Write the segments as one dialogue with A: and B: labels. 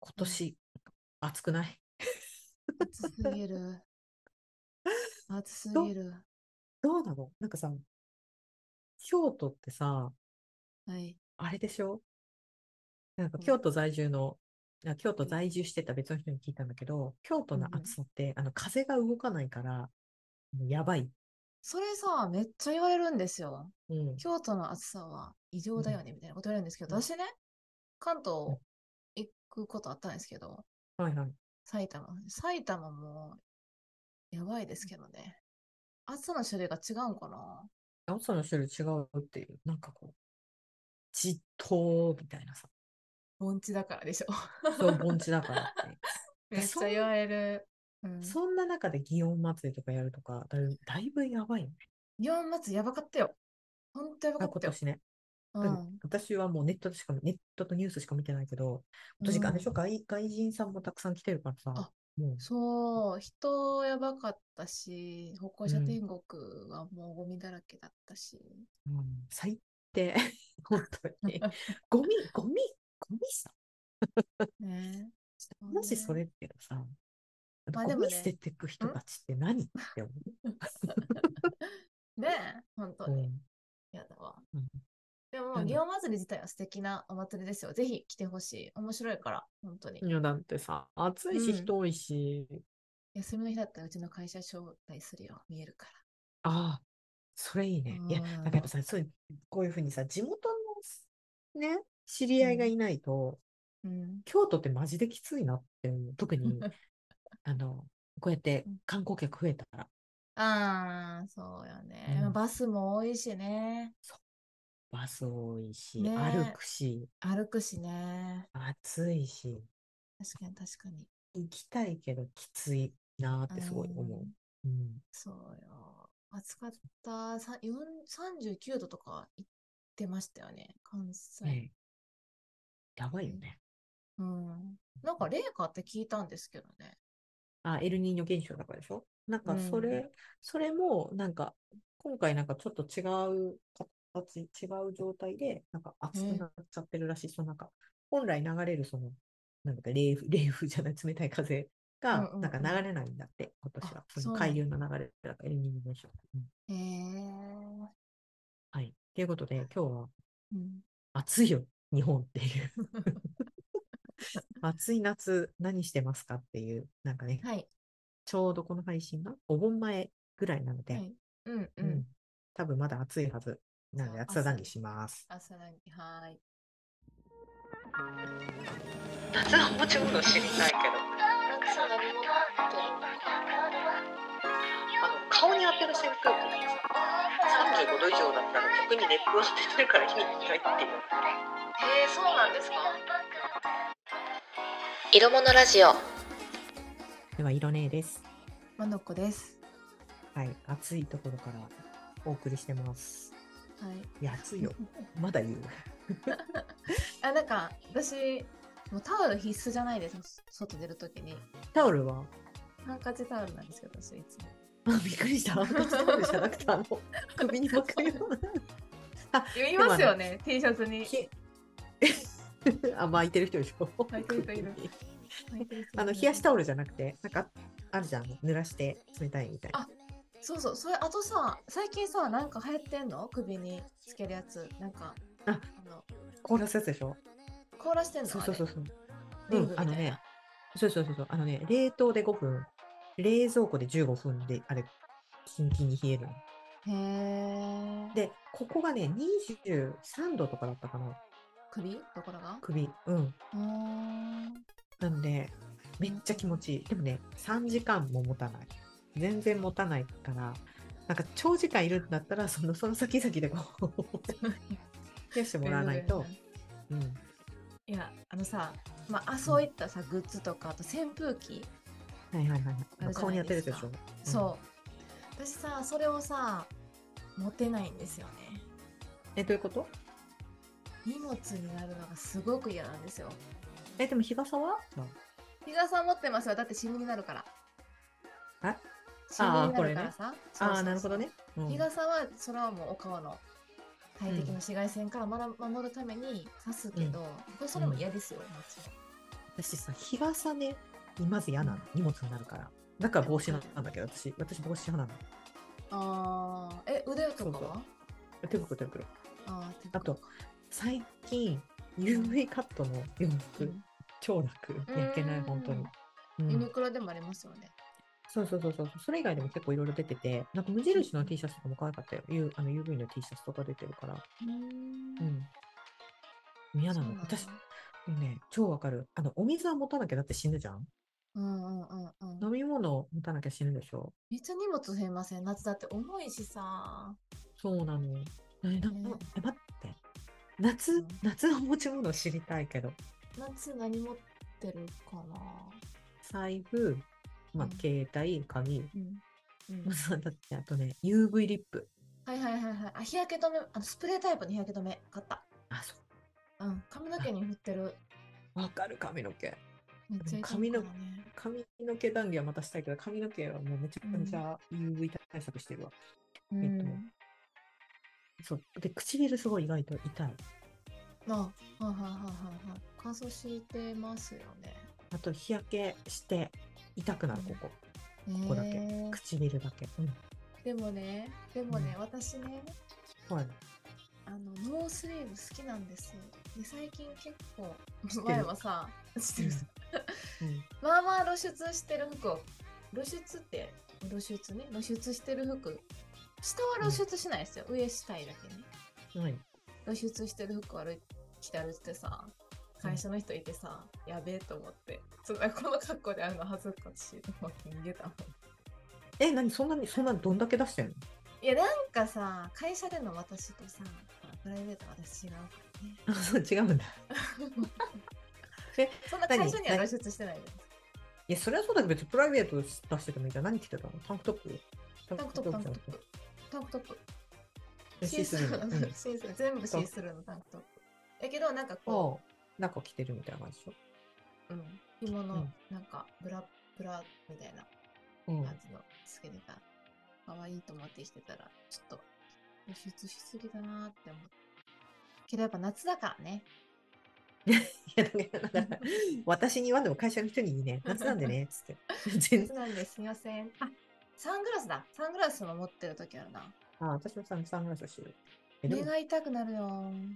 A: 今年、暑くない
B: 暑すぎる。 暑すぎる。
A: どうなのなんかさ、京都ってさ、
B: はい。
A: あれでしょなんか
B: うん
A: 京都在住の、あ京都
B: はい
A: 在住してた別の人に聞いたんだけど、京都の
B: うんうん
A: 暑さって、あの、風が動かないから、もうやばい。
B: それさ、めっちゃ言われるんですよ。
A: うん。
B: 京都の暑さは異常だよね、みたいなこと言われるんですけど、
A: うん
B: 私ね、関
A: うん
B: 東行くことあったんですけど、
A: はいはい。
B: 埼玉。埼玉もやばいですけどね。暑さの種類が違うんかな
A: 暑さの種類違うっていう、なんかこう、じっとーみたいなさ、
B: 盆地だからでしょ。
A: そう盆地だからっていう。
B: めっちゃ言われる。 うん。
A: そんな中で祇園祭りとかやるとか、だいだいぶやばいね。
B: 祇園祭やばかったよ。ほんとやばか
A: あ
B: っ
A: 今
B: たよ。
A: 年ね。
B: う
A: うん
B: ん。
A: 私はもうネットでしか、ネットとニュースしか見てないけど、今年、あれでしょ、外、外人さんもたくさん来てるからさ
B: あ、
A: も
B: そう、人やばかったし、歩行者
A: うん
B: 天国はもうゴミだらけだったし。
A: う、うん最 低、本当に。ゴミ、ゴミ、ゴミさ、
B: ねえ。
A: もしそ
B: れ。
A: れってさ、
B: まあ
A: ゴ
B: でも
A: ミ
B: ね
A: 捨ててく人たちって何って思
B: ねえ、本当
A: う。う
B: に。
A: ん
B: やだわ。
A: うん
B: でも、
A: なんだ
B: 祇園祭り自体は素敵なお祭りですよ。ぜひ来てほしい。面白いから、本当に。
A: いや、だってさ、暑いし
B: うん
A: 人多いし、
B: 休みの日だったらうちの会社招待するよ。見えるか
A: ああ、それいいね。いや、
B: あー
A: なんかやっぱさ、そういう、こういうふうにさ、地元のね、知り合いがいないと、
B: ら。うん。
A: 京都ってマジできついなって思う。特 に、あの、こうやって
B: うん
A: 観光客増えたら。
B: ああ、そうよね。
A: うん
B: バスも多いしね。
A: バス多いし、
B: ね
A: 歩くし、
B: 歩くしね。
A: 暑いし、
B: 確かに確かに。
A: 行きたいけどきついなーってすごい思
B: うん
A: う。うん。
B: そうよ。暑かった。さよん39度とか行ってましたよね。関西。
A: ねえやばいよね。
B: うん。なんか、冷夏って聞いたんですけどね。
A: あ、エルニーニョ現象だからでしょなんかそれ、
B: う
A: それも、なんか、今回なんかちょっと違う形、違う状態で、なんか熱くなっちゃってるらしい。そのなんか、本来流れるその、なんだか冷風、冷風じゃない、冷たい風
B: うん
A: が
B: う、んうん
A: なんか流れないんだって、今年は。
B: あ
A: そ
B: そう
A: の
B: なん
A: 海
B: だ
A: 流の流れだから、エルニーニョ現象。うん
B: へえ。
A: はい。ということで、今日は
B: うん。
A: 暑いよ、日本って いう。暑い夏、何してますかっていう、なんかね、
B: はい。
A: ちょうどこの配信がお盆前ぐらいなので、
B: はい。うんう
A: うんん。多分まだ暑いはず。なので
B: そう
A: 暑さ談
B: 暑
A: 義
B: い
A: します。
B: 朝ランキはーい。
A: 夏はもうちょっと知りたいけど、
C: なんかさ、何もなって
A: あの顔に当てる扇風機がさ、35度以上だったら特に熱風を当ててるから意味ないっていう。
B: へえ、そうなんですか。
C: 色物ラジオ
A: では、色ねえです。
B: まのっこです。
A: はい、暑いところからお送りしてます。
B: はい。
A: いや、暑いよ。まだ言う。
B: あ、なんか、私、もうタオル必須じゃないです。外出るときに。
A: タオルは
B: ハンカチタオルなんですけど、私いつも。
A: あびっくりした。ハンカチタオルじゃなくて、あ の、首に巻くような。
B: 言いますよね、T シャツに。
A: ひ あ、巻いてる人でしょ。
B: 巻いてる人いる
A: あの、冷やしタオルじゃなくて、なんか、あるじゃん。濡らして冷たいみたいな。
B: そうそう、それあとさ、最近さ、なんか流行ってんの首につけるやつ。なんか、
A: あ
B: の、
A: 凍らすやつでしょ。
B: 凍らしてんの
A: そうそうそうそう。
B: あ
A: う
B: れリング
A: ん、
B: み
A: あ
B: たい
A: の
B: な。
A: ね、そうそうそうそう、あのね、冷凍で5分、冷蔵庫で15分で、あれ、キンキンに冷えるの。
B: へえ。で、
A: で、ここがね、23度とかだったかな、
B: 首ところが
A: 首。うん。
B: うーん。
A: なので、めっちゃ気持ちいい。でもね、3時間も持たない。全然持たないから、なんか長時間いるんだったら、そのその先々で こう、冷やしてもらわないと。うん。
B: いや、あのさ、まあ、そういったさ、グッズとか、あと扇風機、
A: はいはいはいは
B: ある
A: い。
B: じゃ
A: 顔
B: な
A: に
B: い
A: 当て
B: で
A: る
B: す
A: で
B: か
A: しょ。
B: そう。私さ、それをさ、持てないんですよね。
A: うん。え、どういうこと
B: 荷物になるのがすごく嫌なんですよ。
A: え、でも日傘は
B: 日傘持ってますよ。だってシミになるから。
A: え
B: シミになるからさ。そうそう
A: あ
B: そ
A: あ、
B: う
A: なるほど。ね。うん
B: 日傘は、それはもうお顔の大敵の紫外線からまだ守るために刺すけど、これそれも嫌ですよ、もち
A: 私さ、日傘ね、まず嫌なの。荷物になるから。だから帽子なんだけど、私、私帽子派なの。
B: ああ、え、腕とか
A: そうそ
B: は
A: 手袋、手袋。
B: あー手
A: あ
B: 袋
A: と、最近、UV カットの洋服、超楽。焼けない、本当に。う
B: うん
A: ん
B: ユニクロでもありますよね。
A: そうそうそうそう。それ以外でも結構いろいろ出てて、なんか無印の T シャツとかも可愛かったよ。U、あの UV の T シャツとか出てるから。うん。嫌な
B: そう
A: の。
B: んだ
A: 私、ね、超わかる。あの、お水は持たなきゃだって死ぬじゃん。
B: うんうんうんうん。
A: 飲み物を持たなきゃ死ぬでしょ。
B: めっちゃ荷物増えません夏だって重いしさ。
A: そうなの。え、な
B: ね
A: え待って。夏、
B: うん
A: 夏の持ち物知りたいけど。
B: 夏何持ってるかな
A: 財布、まあ
B: うん、
A: 携帯、鍵。
B: うん。うん
A: もう そうだって、あとね、UV リップ。
B: はいはいはいはい。あ、日焼け止め、あのスプレータイプの日焼け止め買った。
A: あ、そう。
B: うん。髪の毛に振ってる。
A: わかる、髪の毛。
B: めっちゃいい
A: 髪の
B: からね
A: 髪の毛談義はまたしたいけど、髪の毛はもうめちゃめちゃ UV 対策してるわ。
B: うん。
A: えっとそう。で、唇すごい意外と痛い。
B: あ、はいはいはいはいはい。乾燥してますよね。
A: あと、日焼けして痛くなる、ここ。ここだけ
B: えー。
A: 唇だけ。うん。
B: でもね、でもね、
A: う
B: 私ね、
A: はい。
B: あの、ノースリーブ好きなんですよ。で、最近結構
A: 知って、る
B: 前はさ、知ってる
A: うん
B: まあまあ露出してる服を、露出って、露出ね、露出してる服。下は露出しないですよ。上下いだけね。
A: うん。はい。
B: 露出してる服を歩い着て歩いててさ、会社の人いてさ、やべえと思って。そんなこの格好で会うの恥ずかしいと思って逃げたもん。
A: え、何そんなに、そんなどんだけ出してんの
B: いや、なんかさ、会社での私とさ、プライベートの私違うからね。
A: あ、 そう、違うんだ。え
B: そんな会社には露出してないです。
A: いや、それはそうだけど、別にプライベートで出しててもいいじゃん。何着てたのタンクトップタ
B: タンクトップ、タン
A: じゃ
B: ク
A: な
B: ト
A: く
B: ッ
A: て
B: プ。タンクトップ。
A: えシースルーの。
B: シ
A: うん
B: ースルー全部シースルーのタンクトップ。やけど、なんかこ
A: を、なんか着てるみたいな感じでしょ。
B: う、うん、着物、
A: うん
B: なんかブラブラみたいな
A: うん。
B: 感じのつけてた。可愛いと思って着てたら、ちょっと露出しすぎだなーって思って。けどやっぱ夏だからね。
A: い やだからだから私に言わんでも会社の人にいいね。夏なんでね。つっ て。全
B: 夏
A: 然。
B: なんですいません。あサングラスだ。サングラスも持ってる時あるな。
A: あ、私もサンサングラスしてる。え、で
B: 目
A: も、
B: が痛くなるよー。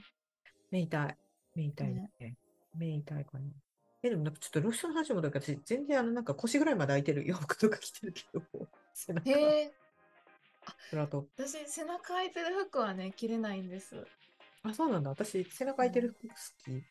A: 目痛い。目痛いね。目痛いかな。え、でもなんかちょっと露出の話もだけど、私全然あの、なんか腰ぐらいまで空いてる洋服とか着てるけど、 背中、
B: へえ、
A: フラト。
B: 私背中開いてる服はね、着れないんです。
A: あ、そうなんだ。私、背中空いてる服好き。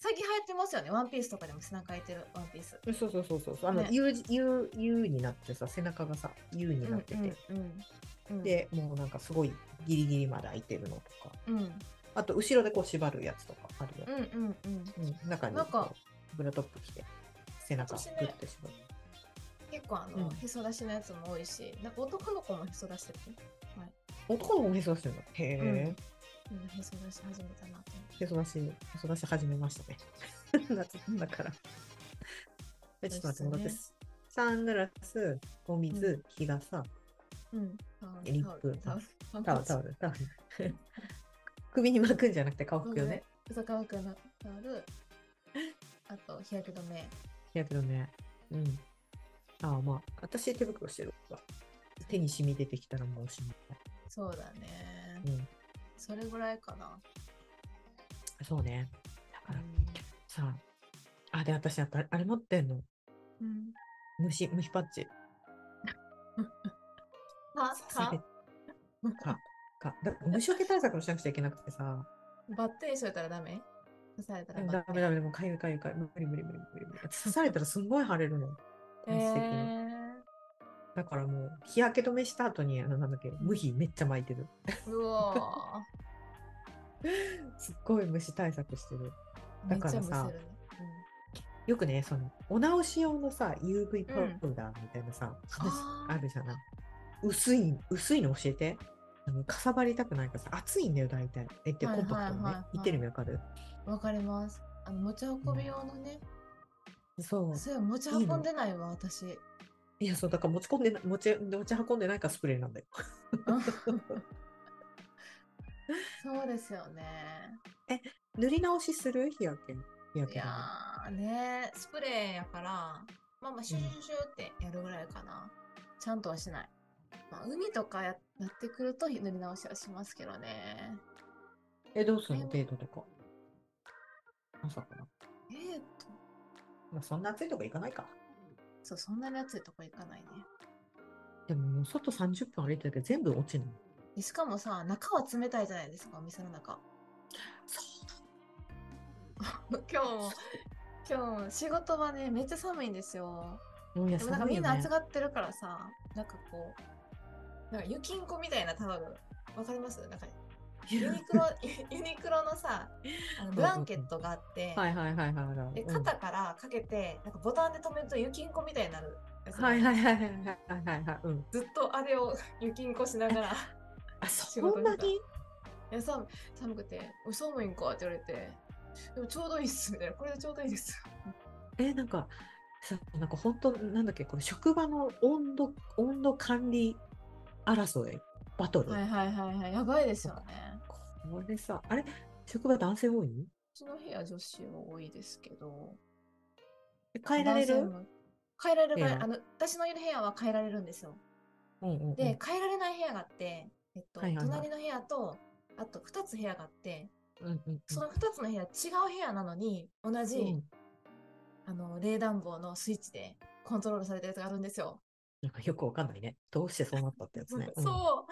B: 最近流行ってますよね。ワンピースとかでも背中開いてるワンピース。
A: えそうそうそうそう。あの、
B: ね
A: U, U, U になってさ、背中がさ、U になってて、
B: うんうん、
A: で、もうなんかすごいギリギリまで空いてるのとか、
B: うん、うん
A: あと後ろでこう縛るやつとかあるよ
B: う。んうんうん
A: うん、中に
B: なんか
A: こうブラトップ着て、背中グ
B: 私ね
A: ッて縛る。
B: 結構あの、
A: うん
B: へそ出しのやつも多いしなんか男の子もへそ出してる、
A: 男の子もへそ出してるの。へ
B: うん、へそ出し始めたなと思って
A: え、へそ出し、へそ出し始めましたね。 夏なんだから。えちょっと待って、戻って。サングラス、お水、日傘、
B: うん
A: リップ
B: タオルタオル
A: タオル、タオル、タオル。 首に巻くんじゃなくて顔
B: タオ
A: 拭く
B: ル
A: よね。
B: 嘘かわくのタオルあと日焼け止め
A: やけどね。うん。ああ、まあ、私手袋してるわ。手に染み出てきたらもうおしまい。
B: そうだね
A: うん。
B: それぐらいかな、
A: そうね。だから
B: う
A: さ、あ、で、私、あとあれ持ってんの。
B: んうん、
A: 虫、虫パッチ。
B: か
A: それ
B: か
A: か、か。だから虫除け対策もしなくちゃいけなくて さ。
B: バッテンしといたらダメ刺されたらバ
A: ダ
B: ッテ
A: メ
B: ン
A: ダメ、もうかゆいかゆいかゆい。無理無理無理無理無理。刺されたらすんごい腫れるの。面積にだからもう、日焼け止めした後に、あの、なんだっけ、無比めっちゃ巻いてる。
B: えー、うお
A: すっごい虫対策してる。
B: ー
A: だからさ
B: めっちゃむせるねうん
A: よくね、その、お直し用のさ、UV パウダーみたいなさ、話
B: あー
A: あるじゃない。薄い、薄いの教えて。あのかさばりたくないからさ、熱いんだよ、大体。えって、
B: は
A: コ
B: いは
A: ンパクト
B: いは
A: の
B: い
A: ね
B: はい。
A: 言ってる意味わかる
B: わかります。あの持ち運び用のね、
A: そう。
B: そうや持ち
A: いいの
B: 運んでないわ、私。
A: いや、そう、だから持ち込んでな、持ち、持ち運んでないからスプレーなんだよ。
B: そうですよね。
A: 塗り直しする日焼け。日焼
B: い
A: け止
B: や
A: め。
B: ーねスプレーやから、まあまあシュシュシュシュってやるぐらいかな。ちゃんとはしない。まあ海とかややってくると塗り直しはしますけどね。
A: え、どうするのデートとか。まさかな。
B: えー、と、
A: まあ、そんな暑いとこ行かないか。
B: そう、そんなに暑いとこ行かないね。
A: でももう外30分歩いてるけど全部落ちるの。
B: でしかもさ、中は冷たいじゃないですか、お店の中。 今日も、今日、仕事場ね、めっちゃ寒いんですよ。
A: うんいや、
B: でもなんか
A: 寒い
B: み
A: よ
B: んな
A: ね
B: 暑がってるからさ、なんかこう、なんか雪んこみたいなタオル、わかりますなんかユニクロ、 ユユニクロのさ、あのブランケットがあって、
A: はいはいはいはいはい。
B: で
A: うん
B: 肩からかけて、なんかボタンで止めると雪んこみたいになるやつ。
A: はいはいはいはいはいはいはい。うん。
B: ずっとあれを 雪んこ しながら。
A: あ、
B: 仕
A: そ
B: 事
A: んな
B: してた
A: に
B: いや寒寒くて、おい寒いんかって言われて、でもちょうどいいっすみたいな、これでちょうどいいです。
A: え、なんか、さ、なんか本当、なんだっけ、これ職場の温度、温度管理争い、バトル。
B: はいはいはいはい、やばいですよね。
A: これさ、あれ、職場男性多いう
B: ちの部屋女子は多いですけど、
A: え変えられ
B: 男性
A: る
B: も変えられる場
A: 部
B: 合、
A: 屋
B: あの、私のいる部屋は変えられるんですよ。
A: うんうんうん。
B: で、変えられない部屋があって、えっと、
A: はいはいはい
B: 隣の部屋と、あと2つ部屋があって、
A: うんうんうん、
B: その2つの部屋、違う部屋なのに、同じ、
A: うん
B: あの冷暖房のスイッチでコントロールされたやつがあるんですよ。
A: なんかよくわかんないね。どうしてそうなったってやつね。
B: そ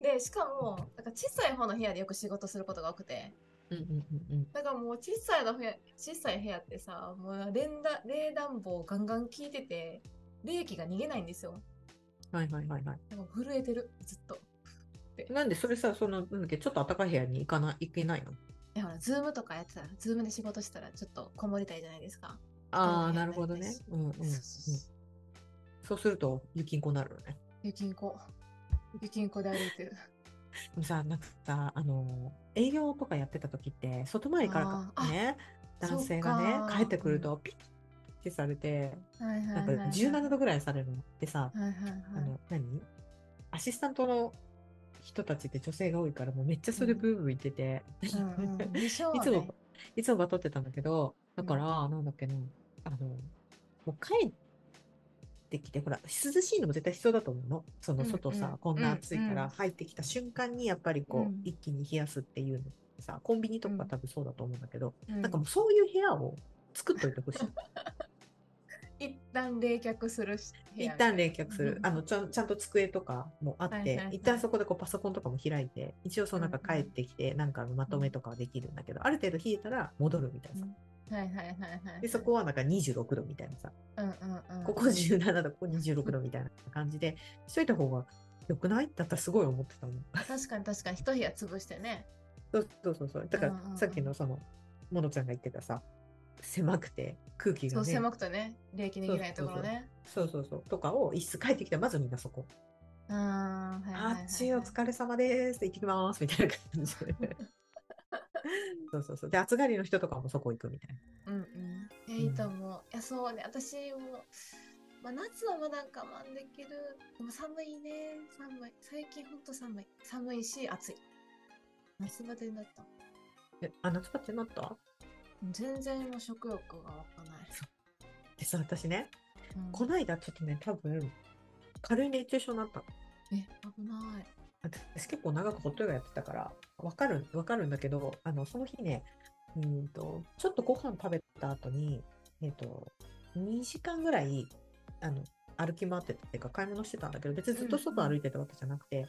B: う。で、しかも、なんか小さい方の部屋でよく仕事することが多くて、
A: うん。うんうんうん
B: だからもう小さいの部屋、小さい部屋ってさ、もう連打冷暖房ガンガン効いてて、冷気が逃げないんですよ。
A: うん。はいはいはいは
B: だから震えてる、ずっと。
A: い。なんでそれさ、その、なんだっけ、ちょっと暖かい部屋に行かな、行けないの
B: え、ほら、ズームとかやってたら、ズームで仕事したらちょっとこもりたいじゃないですか。
A: ああ、
B: 部屋
A: なるほど
B: にな
A: ね
B: りたいし。
A: うんうんうん。そ
B: そうそうそう
A: うすると、雪んこになるのね。
B: 雪んこ。雪んこで歩いてる。
A: さ、なんかさ、あの、営業とかやってた時って、外回りからか
B: あーあ
A: ね、男性が
B: そう
A: ね、
B: か
A: 帰ってくると、ピッってされて、
B: はいはい
A: な
B: は
A: ん
B: い
A: か
B: はい。
A: 17度ぐらいされるのってさ、
B: はいはい
A: あ
B: はい。
A: の、何アシスタントの人たちって女性が多いから、もうめっちゃそれブーブー言ってて、
B: うんうん、でしょう
A: い
B: ね。
A: つも、いつもバトってたんだけど、だか
B: う
A: ら、なんだっけな、あの、もう帰ってきて、ほら、涼しいのも絶対必要だと思うの。その
B: うん
A: 外さ、
B: うん
A: こんな暑いか
B: うんうん
A: ら入ってきた瞬間に、やっぱりこう、
B: うん
A: 一気に冷やすっていうのさ、コンビニと
B: う
A: か
B: ん
A: 多分そうだと思うんだけど、
B: うん
A: なんかもうそういう部屋を作っとい てほしい。
B: 一旦冷却するし部
A: 一
B: 屋みたい
A: 旦
B: な
A: 冷却する
B: う。ん
A: あの、ちゃん、ちゃんと机とかもあって、
B: はいはいはい
A: 一旦そこでこうパソコンとかも開いて、一応そうなんか
B: うんう
A: 帰
B: ん
A: ってきて、なんかのまとめとかはできるんだけど、ある程度冷えたら戻るみたいなさ。
B: はいはいはいはい。
A: で、そこはなんか26度みたいなさ。
B: うんうんうん。
A: ここ17度、ここ26度みたいな感じで、しといた方が良くないだったらすごい思ってたもん。
B: 確かに確かに一部屋潰してね。
A: そうそうそうそう。だか
B: うんうんうん
A: らさっきのその、ものちゃんが言ってたさ、狭くて空気
B: そ
A: が
B: う
A: ね。
B: 狭くてね、冷気逃げないところね。
A: そうそうそう。とかを一室帰ってきたらまずみんなそこ。
B: うーん。はいはいはいはい
A: あっちいお疲れ様です。行ってきます。みたいな感じで。 そうそうそう。で、暑がりの人とかもそこ行くみたいな。
B: うんうん。えいいと思う。いやそうね、私も。まあ、夏はまだ我慢できる。でも寒いね。寒い。最近ほんと寒い。寒いし、暑い。夏バテになった。
A: えあ、夏バテになった
B: 全然もう食欲が湧かない。
A: でさ、私ね、
B: うん
A: こないだちょっとね、多分、軽い熱中症になったの
B: え、危ない。
A: 私結構長くホットヨガやってたからわかるわかるんだけどあのその日ねうーんとちょっとご飯食べた後にえっ、と2時間ぐらいあの歩き回ってたっていうか買い物してたんだけど別にずっと外歩いてたわけじゃなくて、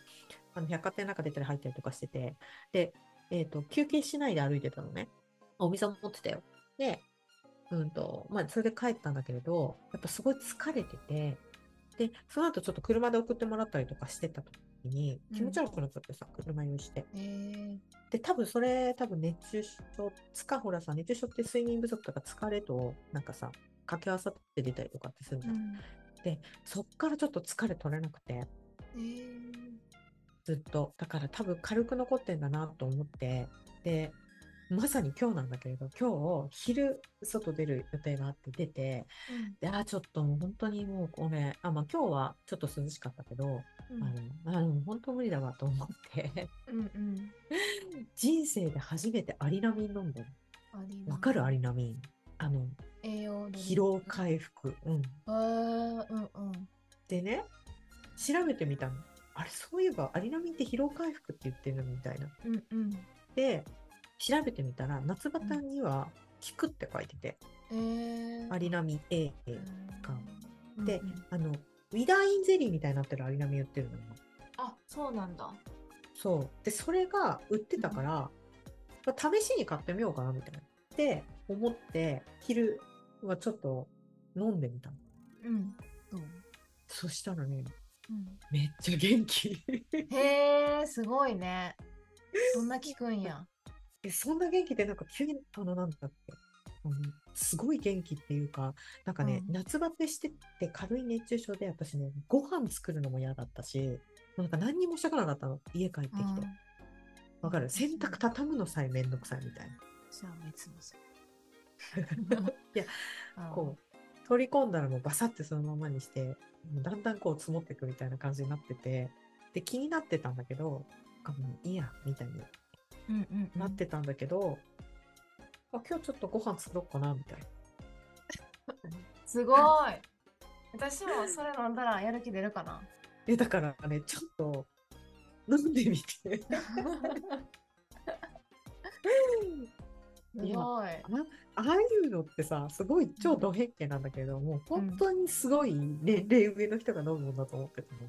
A: あの百貨店なんか出たり入ったりとかしててで、えっと休憩しないで歩いてたのねお店も持ってたよでうんとまあそれで帰ったんだけれどやっぱすごい疲れててでその後ちょっと車で送ってもらったりとかしてた時に
B: うん
A: 気持ち悪くなっちゃってさ、車用意して
B: えー、
A: で多分それ多分熱中症つかほらさ熱中症って睡眠不足とか疲れとなんかさ掛け合わさって出たりとかってするじ
B: う
A: ゃん、
B: ん。
A: そっからちょっと疲れ取れなくて
B: えー、
A: ずっとだから多分軽く残ってんだなと思ってでまさに今日なんだけれど今日昼外出る予定があって出てであーちょっともう本当にもうごめんあまあ今日はちょっと涼しかったけど、
B: うん。
A: あのあの本当無理だわと思って
B: うんうん。
A: 人生で初めてアリナミン飲んだの
B: アリナ
A: わかるアリナミン。あの、
B: 栄養ドリンク
A: 疲労回復。うん。
B: あーうんうん
A: でね、調べてみたの。あれ、そういえばアリナミンって疲労回復って言ってるみたいな。
B: うんうん
A: で、調べてみたら、夏バテには効くって書いてて、
B: えー
A: アリナミン A。か
B: うん
A: で
B: うんうん
A: あの、ウィダーインゼリーみたいになってるアリナミン売ってるのよ。
B: あそうなんだ
A: そう。で、それが売ってたから、まあ試しに買ってみようかな、みたいな。って思って、昼はちょっと飲んでみたの。
B: うんどう
A: そしたらね、
B: うん
A: めっちゃ元気。
B: へえすごいねそんな聞くん や
A: えそんな元気で、なんか急に、あの、なんだっけ。うんすごい元気っていうか、なんかね、
B: うん
A: 夏バテしてって軽い熱中症で、私ね、ご飯作るのも嫌だったし、なんか何にもしたくなかったの、家帰ってきて。わ、かる洗濯畳むのさえめんどくさいみたいな。
B: じゃあ別のせ
A: いやこう、取り込んだらもうバサってそのままにして、もうだんだんこう積もっていくみたいな感じになってて、で、気になってたんだけど、なんかもういいや、みたいに
B: うんうんうん
A: なってたんだけど、あ今日ちょっとご飯作ろうかな、みたいな。
B: すごい私もそれ飲んだらやる気出るか な
A: え、だからね、ちょっと飲んでみて。
B: すごい
A: ああいうのってさ、すごい超ド変形なんだけど、もう本当にすごい年齢上の人が飲むもんだと思ってたの。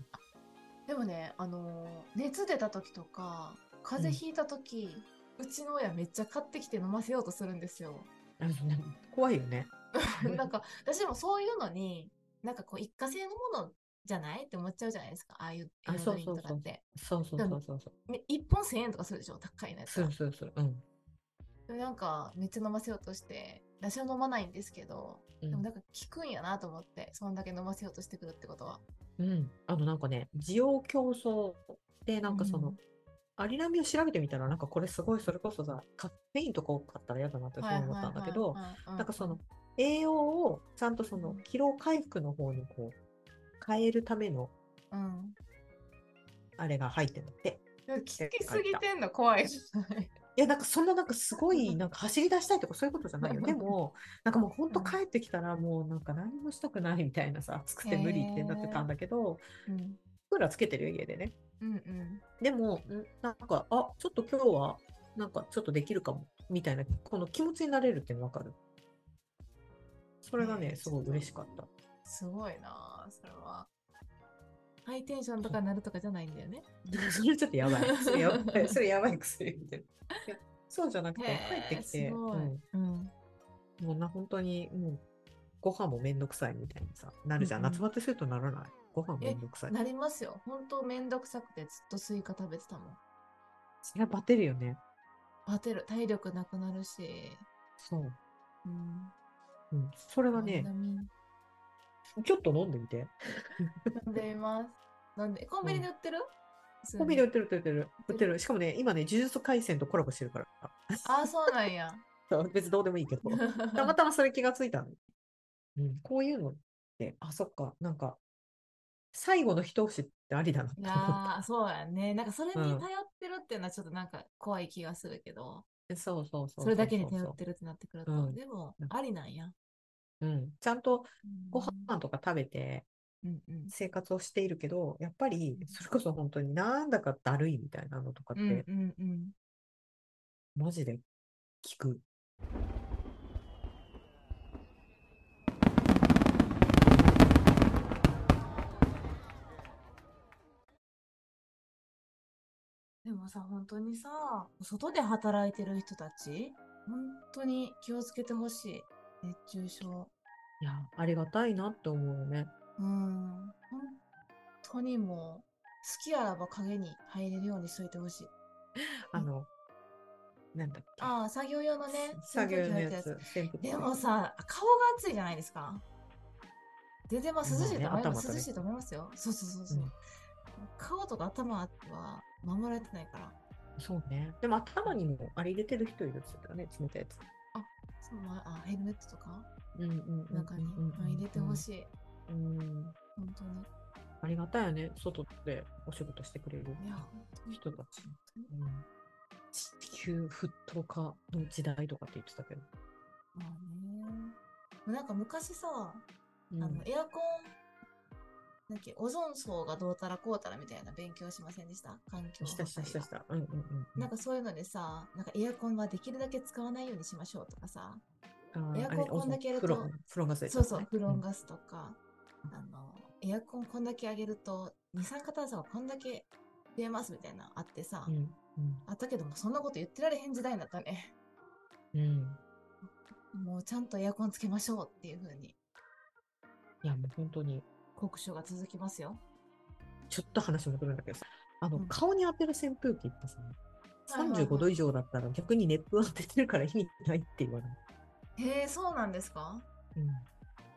B: でもねあのー熱出た時とか風邪ひいた時、うちの親めっちゃ買ってきて飲ませようとするんですよ
A: あのなんか怖いよね。
B: なんか私もそういうのになんかこう一過性のものじゃないって思っちゃうじゃないですかああいう
A: あ
B: エロドリンクとか
A: そうそう
B: って
A: そうそうそうそうそう。
B: ね一本1000円とかするでしょ高いのやつ
A: そうそうそう。うん。
B: でもなんかめっちゃ飲ませようとして私は飲まないんですけど
A: うん
B: でもなんか効くんやなと思ってそんだけ飲ませようとしてくるってことは
A: うん、あのなんかね、需要競争で、なんかその、
B: うん
A: アリナミを調べてみたら、なんかこれすごい、それこそさ、カフェインとか多かったら嫌だなってそう思ったんだけど、なんかその、栄養をちゃんとその疲労回復の方にこう、変えるための
B: うん
A: あれが入ってんだって。
B: でも効きすぎてんの怖い
A: いや、なんかそんななんかすごい、なんか走り出したいとかそういうことじゃないよ。でも、なんかもうほんと
B: うん
A: 帰ってきたらもうなんか何もしたくないみたいなさ、暑くて無理ってなってたんだけど、
B: うん
A: クーラーつけてるよ、家でね。
B: うんうん
A: でも、んなんか、あ、ちょっと今日は、なんかちょっとできるかも、みたいな、この気持ちになれるっていうのわかる。それが
B: ね
A: ね、
B: え
A: すごい嬉しかった。
B: すごいなあそれはハイテンションとかなるとかじゃないんだよね
A: それちょっとやばい。それやばい、それやばい薬みたいな。いやそうじゃなくて、
B: へえ
A: 帰ってきて、
B: すご
A: う
B: い
A: ん
B: うん
A: もうな、本当に、もう、ご飯もめんどくさいみたいにさ、なるじゃん。
B: うんうん
A: 夏バテするとならない。ご飯めんどくさい。
B: なりますよほんとめんどくさくてずっとスイカ食べてたもん
A: それはバテるよね。
B: バテる体力なくなるし
A: そう。
B: うん
A: うん、それは
B: 飲
A: ね、
B: ん
A: ちょっと飲んでみて。
B: でみます飲んでコンビニで売ってる
A: コンビニで売ってる、売ってる、売っ
B: 売ってて
A: る。しかもね、今ね、呪術廻戦とコラボしてるから。
B: ああそうなんや
A: そう別にどうでもいい けど。たまたまそれ気がついたの。うん、こういうのって、あ、そっか、なんか、最後の一押しってありだなと
B: い
A: 思っ
B: やーそうやねなんかそれに
A: う
B: 頼
A: ん
B: ってるっていうのはちょっとなんか怖い気がするけど、
A: て。そうそうそうううう。
B: それだけに頼ってるってなってくると、
A: うん
B: でも
A: うん
B: ありなんや、
A: うん。ちゃんとご
B: うん
A: 飯とか食べて
B: うんうん
A: 生活をしているけど、やっぱり
B: うん
A: それこそ本当になんだかだるいみたいなのとかっ
B: うん
A: て、
B: うんうん
A: マジで聞く。
B: でもさ、本当にさ、外で働いてる人たち、本当に気をつけてほしい。熱中症。
A: いや、ありがたいなって思うよね。
B: うん。本当にもう、好きやらば影に入れるようにしといてほしい。
A: あの、なんだっけ。
B: ああ、作業用のね、
A: 作業の
B: 扇風機入っ
A: や
B: た
A: つ。扇風機
B: でもさ、顔が暑いじゃないですか。全然まあ涼しいと思い
A: まあね
B: ます、
A: 頭とね
B: 涼しいと思いますよ。そうそうそうそう。
A: うん
B: 顔とか頭は守られてないから。
A: そうね。でも頭にもあれ入れてる人いるっつってたよね、冷たいやつ。
B: そうまあ、あヘルメットとか
A: うんうんうん
B: 中に
A: うんうん
B: まあ入れてほしい。
A: うんうん
B: 本当に。
A: ありがたいよね、外でお仕事してくれる
B: いや、
A: 人たち。
B: 本当に
A: うん地球沸騰化の時代とかって言ってたけど。
B: まあね。なんか昔さ、
A: うん
B: あのエアコン、なんだっけ、オゾン層がどうたらこうたらみたいな勉強しませんでした環境
A: したしたした
B: 破壊が
A: した。うんうんうん。
B: なんかそういうのでさ、なんかエアコンはできるだけ使わないようにしましょうとかさ、
A: あー
B: エアコン
A: あれ
B: こんだけやる
A: フ
B: と
A: ロンフロンガス
B: そうそう、フロン
A: ガ
B: ガスとか、あの、エアコンこんだけ上げると、二酸化炭素がこんだけ増えますみたいなのあってさ、
A: うんうん
B: あったけども、そんなこと言ってられへん時代になったね。
A: うん。
B: もうちゃんとエアコンつけましょうっていう風に、
A: いやもう本当に
B: 酷暑が続きますよ。
A: ちょっと話戻るんだけどさあの、
B: うん
A: 顔に当てる扇風機ってさ
B: はいはい
A: 35度以上だったら逆に熱風当ててるから意味ないって言われる。
B: へえ、そうなんですか
A: う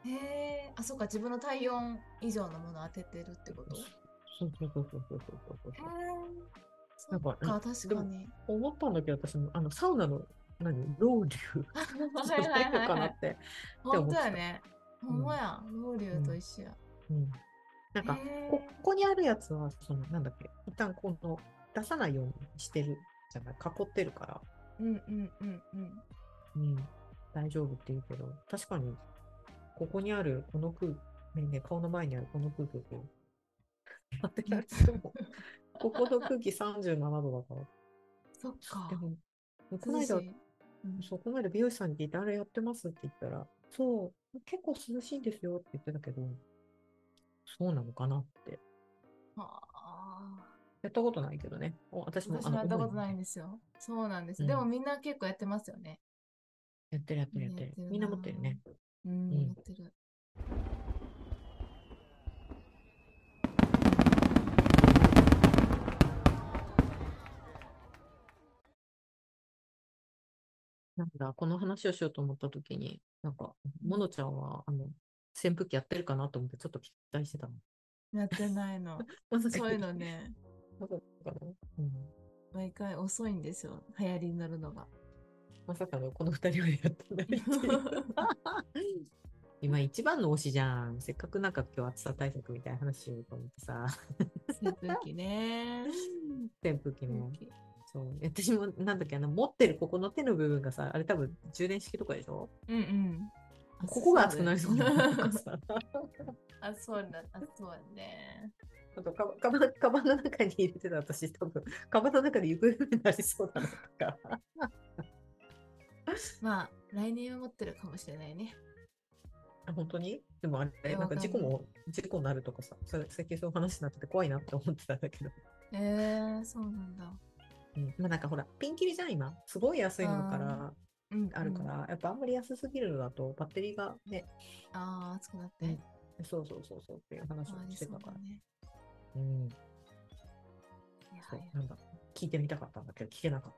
A: ん
B: へえ、あ、そうか、自分の体温以上のものを当ててるってことへ
A: そうそうそうそうそうそうそう
B: え
A: そう。、
B: そっか、
A: な
B: 確かに。
A: 思ったんだけど私もあのサウナの何ロウリュウ
B: は
A: じゃ
B: いは
A: ない
B: い
A: の
B: はい
A: か
B: は
A: ないっ。て。
B: 本当やね。
A: ん
B: ほんまや、ロウリュウと一緒や。
A: うん、なんか
B: へー
A: こここにあるやつはそのなんだっけ一旦この出さないようにしてるじゃない囲ってるから、
B: うんうんうんうん。
A: うん、大丈夫って言うけど確かにここにあるこの空ねね顔の前にあるこの空気を当てられて もここの空気37度だか
B: そっ
A: ら
B: か
A: で。もこの間
B: 涼しいうん
A: そうこの間美容師さんに聞いてあれやってますって言ったらそう結構涼しいんですよって言ってたけどそうなのかなって
B: ああ。
A: やったことないけどねお私も
B: 私
A: あ
B: も
A: の
B: やったこと
A: 重
B: ない
A: の
B: んですよ。そうなんです。
A: うん
B: でもみんな結構やってますよね。
A: やってるやってるや
B: や
A: っ
B: ってて
A: る
B: る。
A: みんな持ってるね。
B: う
A: うん
B: ん、やってる。
A: なんだ、この話をしようと思ったときに、なんか、
B: うん
A: モノちゃんは、あの、扇風機やってるかなと思って、ちょっと期待してたの。
B: やってな いの。
A: まさか
B: そういうの。ね、
A: まさかの、うん、
B: 毎回遅いんですよ。流行りに乗るの が。
A: まさかの、この二人はやってないって いう。今一番の推しじゃん。せっかくなんか今日暑さ対策みたいな話しようと思ってさ。
B: 扇風機ね。
A: 扇風機ね。
B: 扇風機
A: そう。私も、なんだっけ、あの、持ってるここの手の部分がさ、あれ多分充電式とかでしょ
B: うんうん。
A: ここが熱くなりそうな。なんか
B: あ
A: さ
B: そうだ、 あ、そうだね。
A: あとカバカバカバンの中に入れてた私多分カバンの中で行方不明になりそうだなとか
B: まあ、来年は持ってるかもしれないね。
A: あ本当にでもあ
B: い
A: れ
B: や
A: なんか
B: わかんな
A: 事故
B: い
A: も事故になるとかさそれ最近そういう話になってて怖いなって思ってたんだけど、
B: えー、そうなんだ。
A: うん、まあなんかほらピンキリじゃん今すごい安いのから
B: うん、
A: あるか
B: うん。
A: ら、やっぱあんまり安すぎるのだとバッテリーがね
B: ああ、暑くなって。
A: うんそうそうそうそうっていう話
B: あ
A: を
B: り
A: して
B: そ
A: た
B: う
A: か
B: だ
A: ら
B: ね。
A: うん
B: いや
A: そう
B: いや
A: なんだ聞いてみたかったんだけど聞けなかっ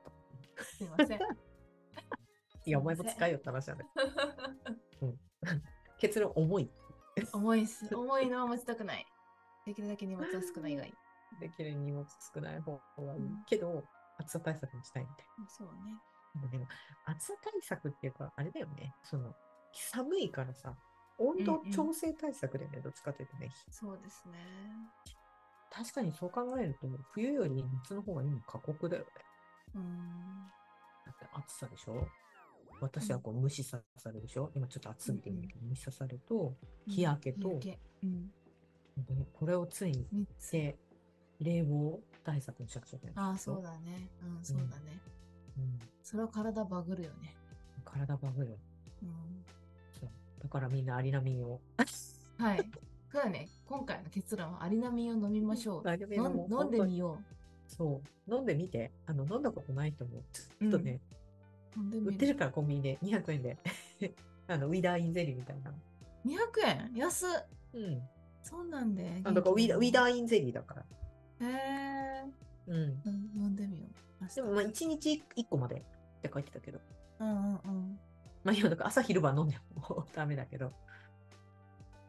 A: た
B: すいません。
A: いやお前も使えよって話なんだけど、うん、結論重 い
B: 重いっす。重いのは持ちたくない。できるだけ荷物は少ないがいい。
A: できる荷物少ない方がいい
B: うん
A: けど、暑さ対策もしたいみたい
B: そうね。
A: な。でも、暑さ対策っていうか、あれだよね、その、寒いからさ、温度
B: うんうん
A: 調整対策だよね、どっちかというとね。
B: そうですね。
A: 確かにそう考えると、冬より夏の方が今過酷だよね。
B: うーん。
A: だって暑さでしょ私はこう虫刺されるでしょ今ちょっと暑すぎてるんだけど、虫刺されると、日焼けと
B: 日焼けうん。
A: 本当にこれをついに
B: 三つ。
A: で、冷房対策にしなくちゃいけないでしょ。
B: ああ、そうだね。うん、そうだね。
A: うん。
B: それは体バグるよね。
A: 体バグる。
B: うん。
A: そうだからみんなアリナミンを。
B: はい。そうだね。今回の結論はアリナミンを飲みましょう。
A: アリナミン
B: 飲
A: はも
B: ん
A: う
B: 飲んで
A: 本当に
B: みよ
A: そう。飲んでみて。あの飲んだことない人も、ち
B: う。
A: ょっと
B: うん
A: ね、
B: 飲んで
A: 売っ
B: み
A: て
B: る。
A: るからコンビニで200円で。 あのウィダーインゼリーみたいな。
B: 200円安っ
A: うん。
B: そうなんで。
A: あだからウィダウィダ
B: ー。
A: ーインゼリーだから。
B: へー
A: うん。
B: うん飲んでみよう。明日
A: でもまあ1日1個までって書いてたけど。
B: うんうんうん。
A: まあ今だから朝昼晩飲んでも ダメだけど。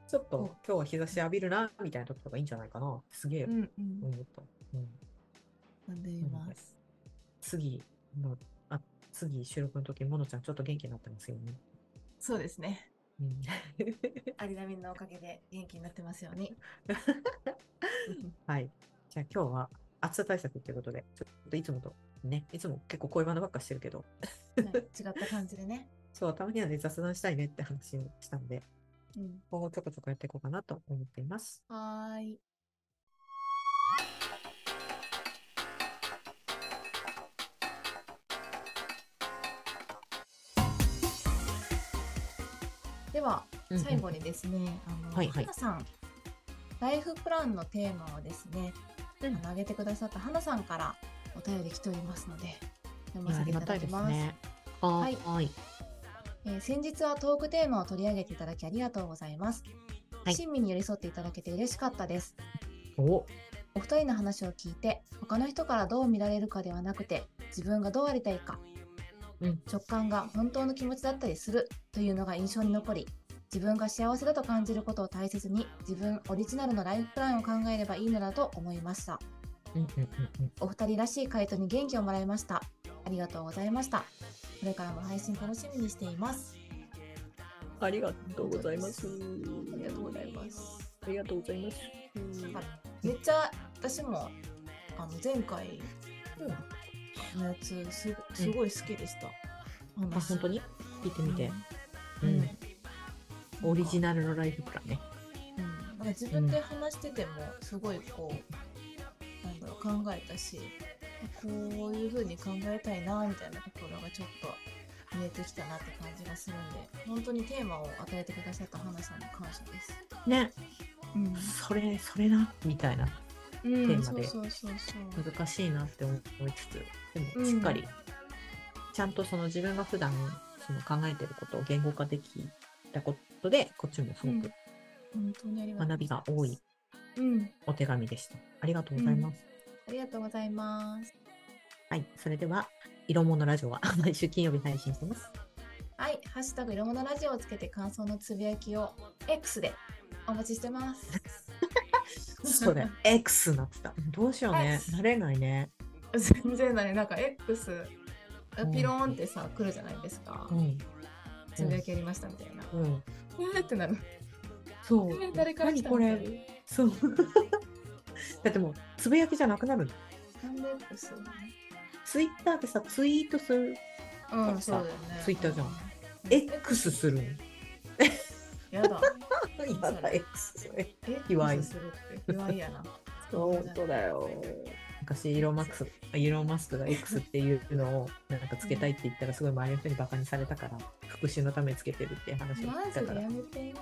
A: ちょっ
B: そう
A: と今日は日差し浴びるなみたいな時とかいいんじゃないかな。すげえ
B: うんうん。
A: 思った。うん。
B: 飲んでみます。
A: 次の、あ、次収録の時、モノちゃんちょっと元気になってますよね。
B: そうで すね。
A: うん。
B: アリナミンのおかげで元気になってますよ うに。
A: はい。じゃあ今日は暑さ対策ということで、ちょっといつもとね、いつも結構恋バナばっかしてるけど、
B: ね違った感じでね。
A: そう、たまにはね、雑談したいねって話をしたので、
B: うん、
A: 今後ちょこちょこやっていこうかなと思っています。
B: はーい。では最後
A: に。
B: にですね、あの、
A: はいはい
B: 花さん、ライフプランのテーマをですね、
A: うん
B: あの上げてくださった花さんからお便り来ておりますので、読
A: い
B: ま
A: やあ
B: せて
A: り
B: い
A: が
B: た
A: た
B: だ
A: い
B: き
A: です
B: ます。
A: ね。は
B: は
A: ー
B: い
A: い。はい。
B: えー先日はトークテーマを取り上げていただきありがとうございます。
A: はい
B: 親身に寄り添っていただけて嬉しかったです。
A: お
B: お二人の話を聞いて、他の人からどう見られるかではなくて、自分がどうありたいか、
A: うん
B: 直感が本当の気持ちだったりするというのが印象に残り、自分が幸せだと感じることを大切に、自分オリジナルのライフプランを考えればいいのだと思いました。
A: うんうんうんうん。
B: お二人らしい回答に元気をもらいました。ありがとうございました。これからも配信楽しみにしています。
A: ありがと
B: うございます
A: あ
B: ありがとうございます。
A: ありがとうございます。
B: めっちゃ私もあの前回
A: うん
B: のやつすすごい好きでした。
A: あ、本当に聞いてみて。
B: う。
A: うんん。オリジ
B: ナ
A: ナルのライフプランね。
B: ル。うんなんか自分で話しててもすごいこう、なんだろう考えたし、こういう風に考えたいなみたいなところがちょっと見えてきたなって感じがするんで、本当にテーマを与えてくださった花さんに感謝です。
A: ね。
B: うん。
A: それ、それな、みたいな。
B: うん
A: テーマで
B: そうそうそうそう。
A: 難しいなって思いつつ、で
B: うん
A: もしっかり、ちゃんとその自分が普段その考えてることを言語化できたことで、こっちもすごく
B: 本当にありがとうございます。
A: 学びが多い
B: うん。
A: お手紙でした。ありがとうございます。
B: ありがとうございます。
A: はい。それでは、色物ラジオは 毎週金曜日配信してます。
B: はい、ハッシュタグいろものラジオをつけて感想のつぶやきを X でお待ちして ます。
A: そ れ、X なってた。どうしようね。
B: X
A: 慣れないね。
B: 全然ない、なんか X ピローンってさ、来るじゃないですか
A: う。ん。
B: つぶやきやりましたみたいな。
A: うん。
B: えーってなる。
A: そう
B: えー。誰から来
A: 何
B: た
A: こ
B: みたいな
A: れ。そう。 だってもう、つぶやきじゃなくなるの。
B: なんで X？
A: ツイッターでさ、ツイートする。
B: うん、そうだよね。
A: Twitter じゃん
B: うん。
A: X するの。
B: や だ。
A: やだ、X それ。祝い
B: X するって。祝いやな。
A: 本当だよ。昔イーロンマックス、イーロンマスクが X っていうのをなんかつけたいって言ったらすごい周りの人にバカにされたから復讐のためにつけてるっていう話を聞
B: マ
A: いた
B: ジ
A: か
B: で
A: ら、
B: やめて。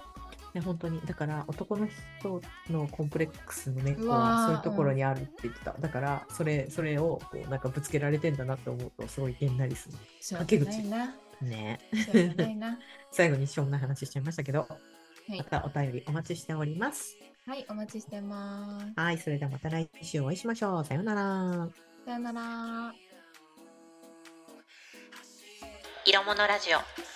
A: ね、本当にだから男の人のコンプレックスの根っこ
B: うわー
A: はそういうところにあるって言ってた、だからそれそれをこうなんかぶつけられてんだなって思うとすごいげんなりす
B: しょうがないな。
A: るね
B: しょうがないな。
A: 最後にそんな話しちゃいましたけど
B: はい
A: またお便りお待ちしております
B: はい、お待ちしてます。
A: はいそれではまた来週お会いしましょうさようなら
B: さよなら。
C: 色物ラジオ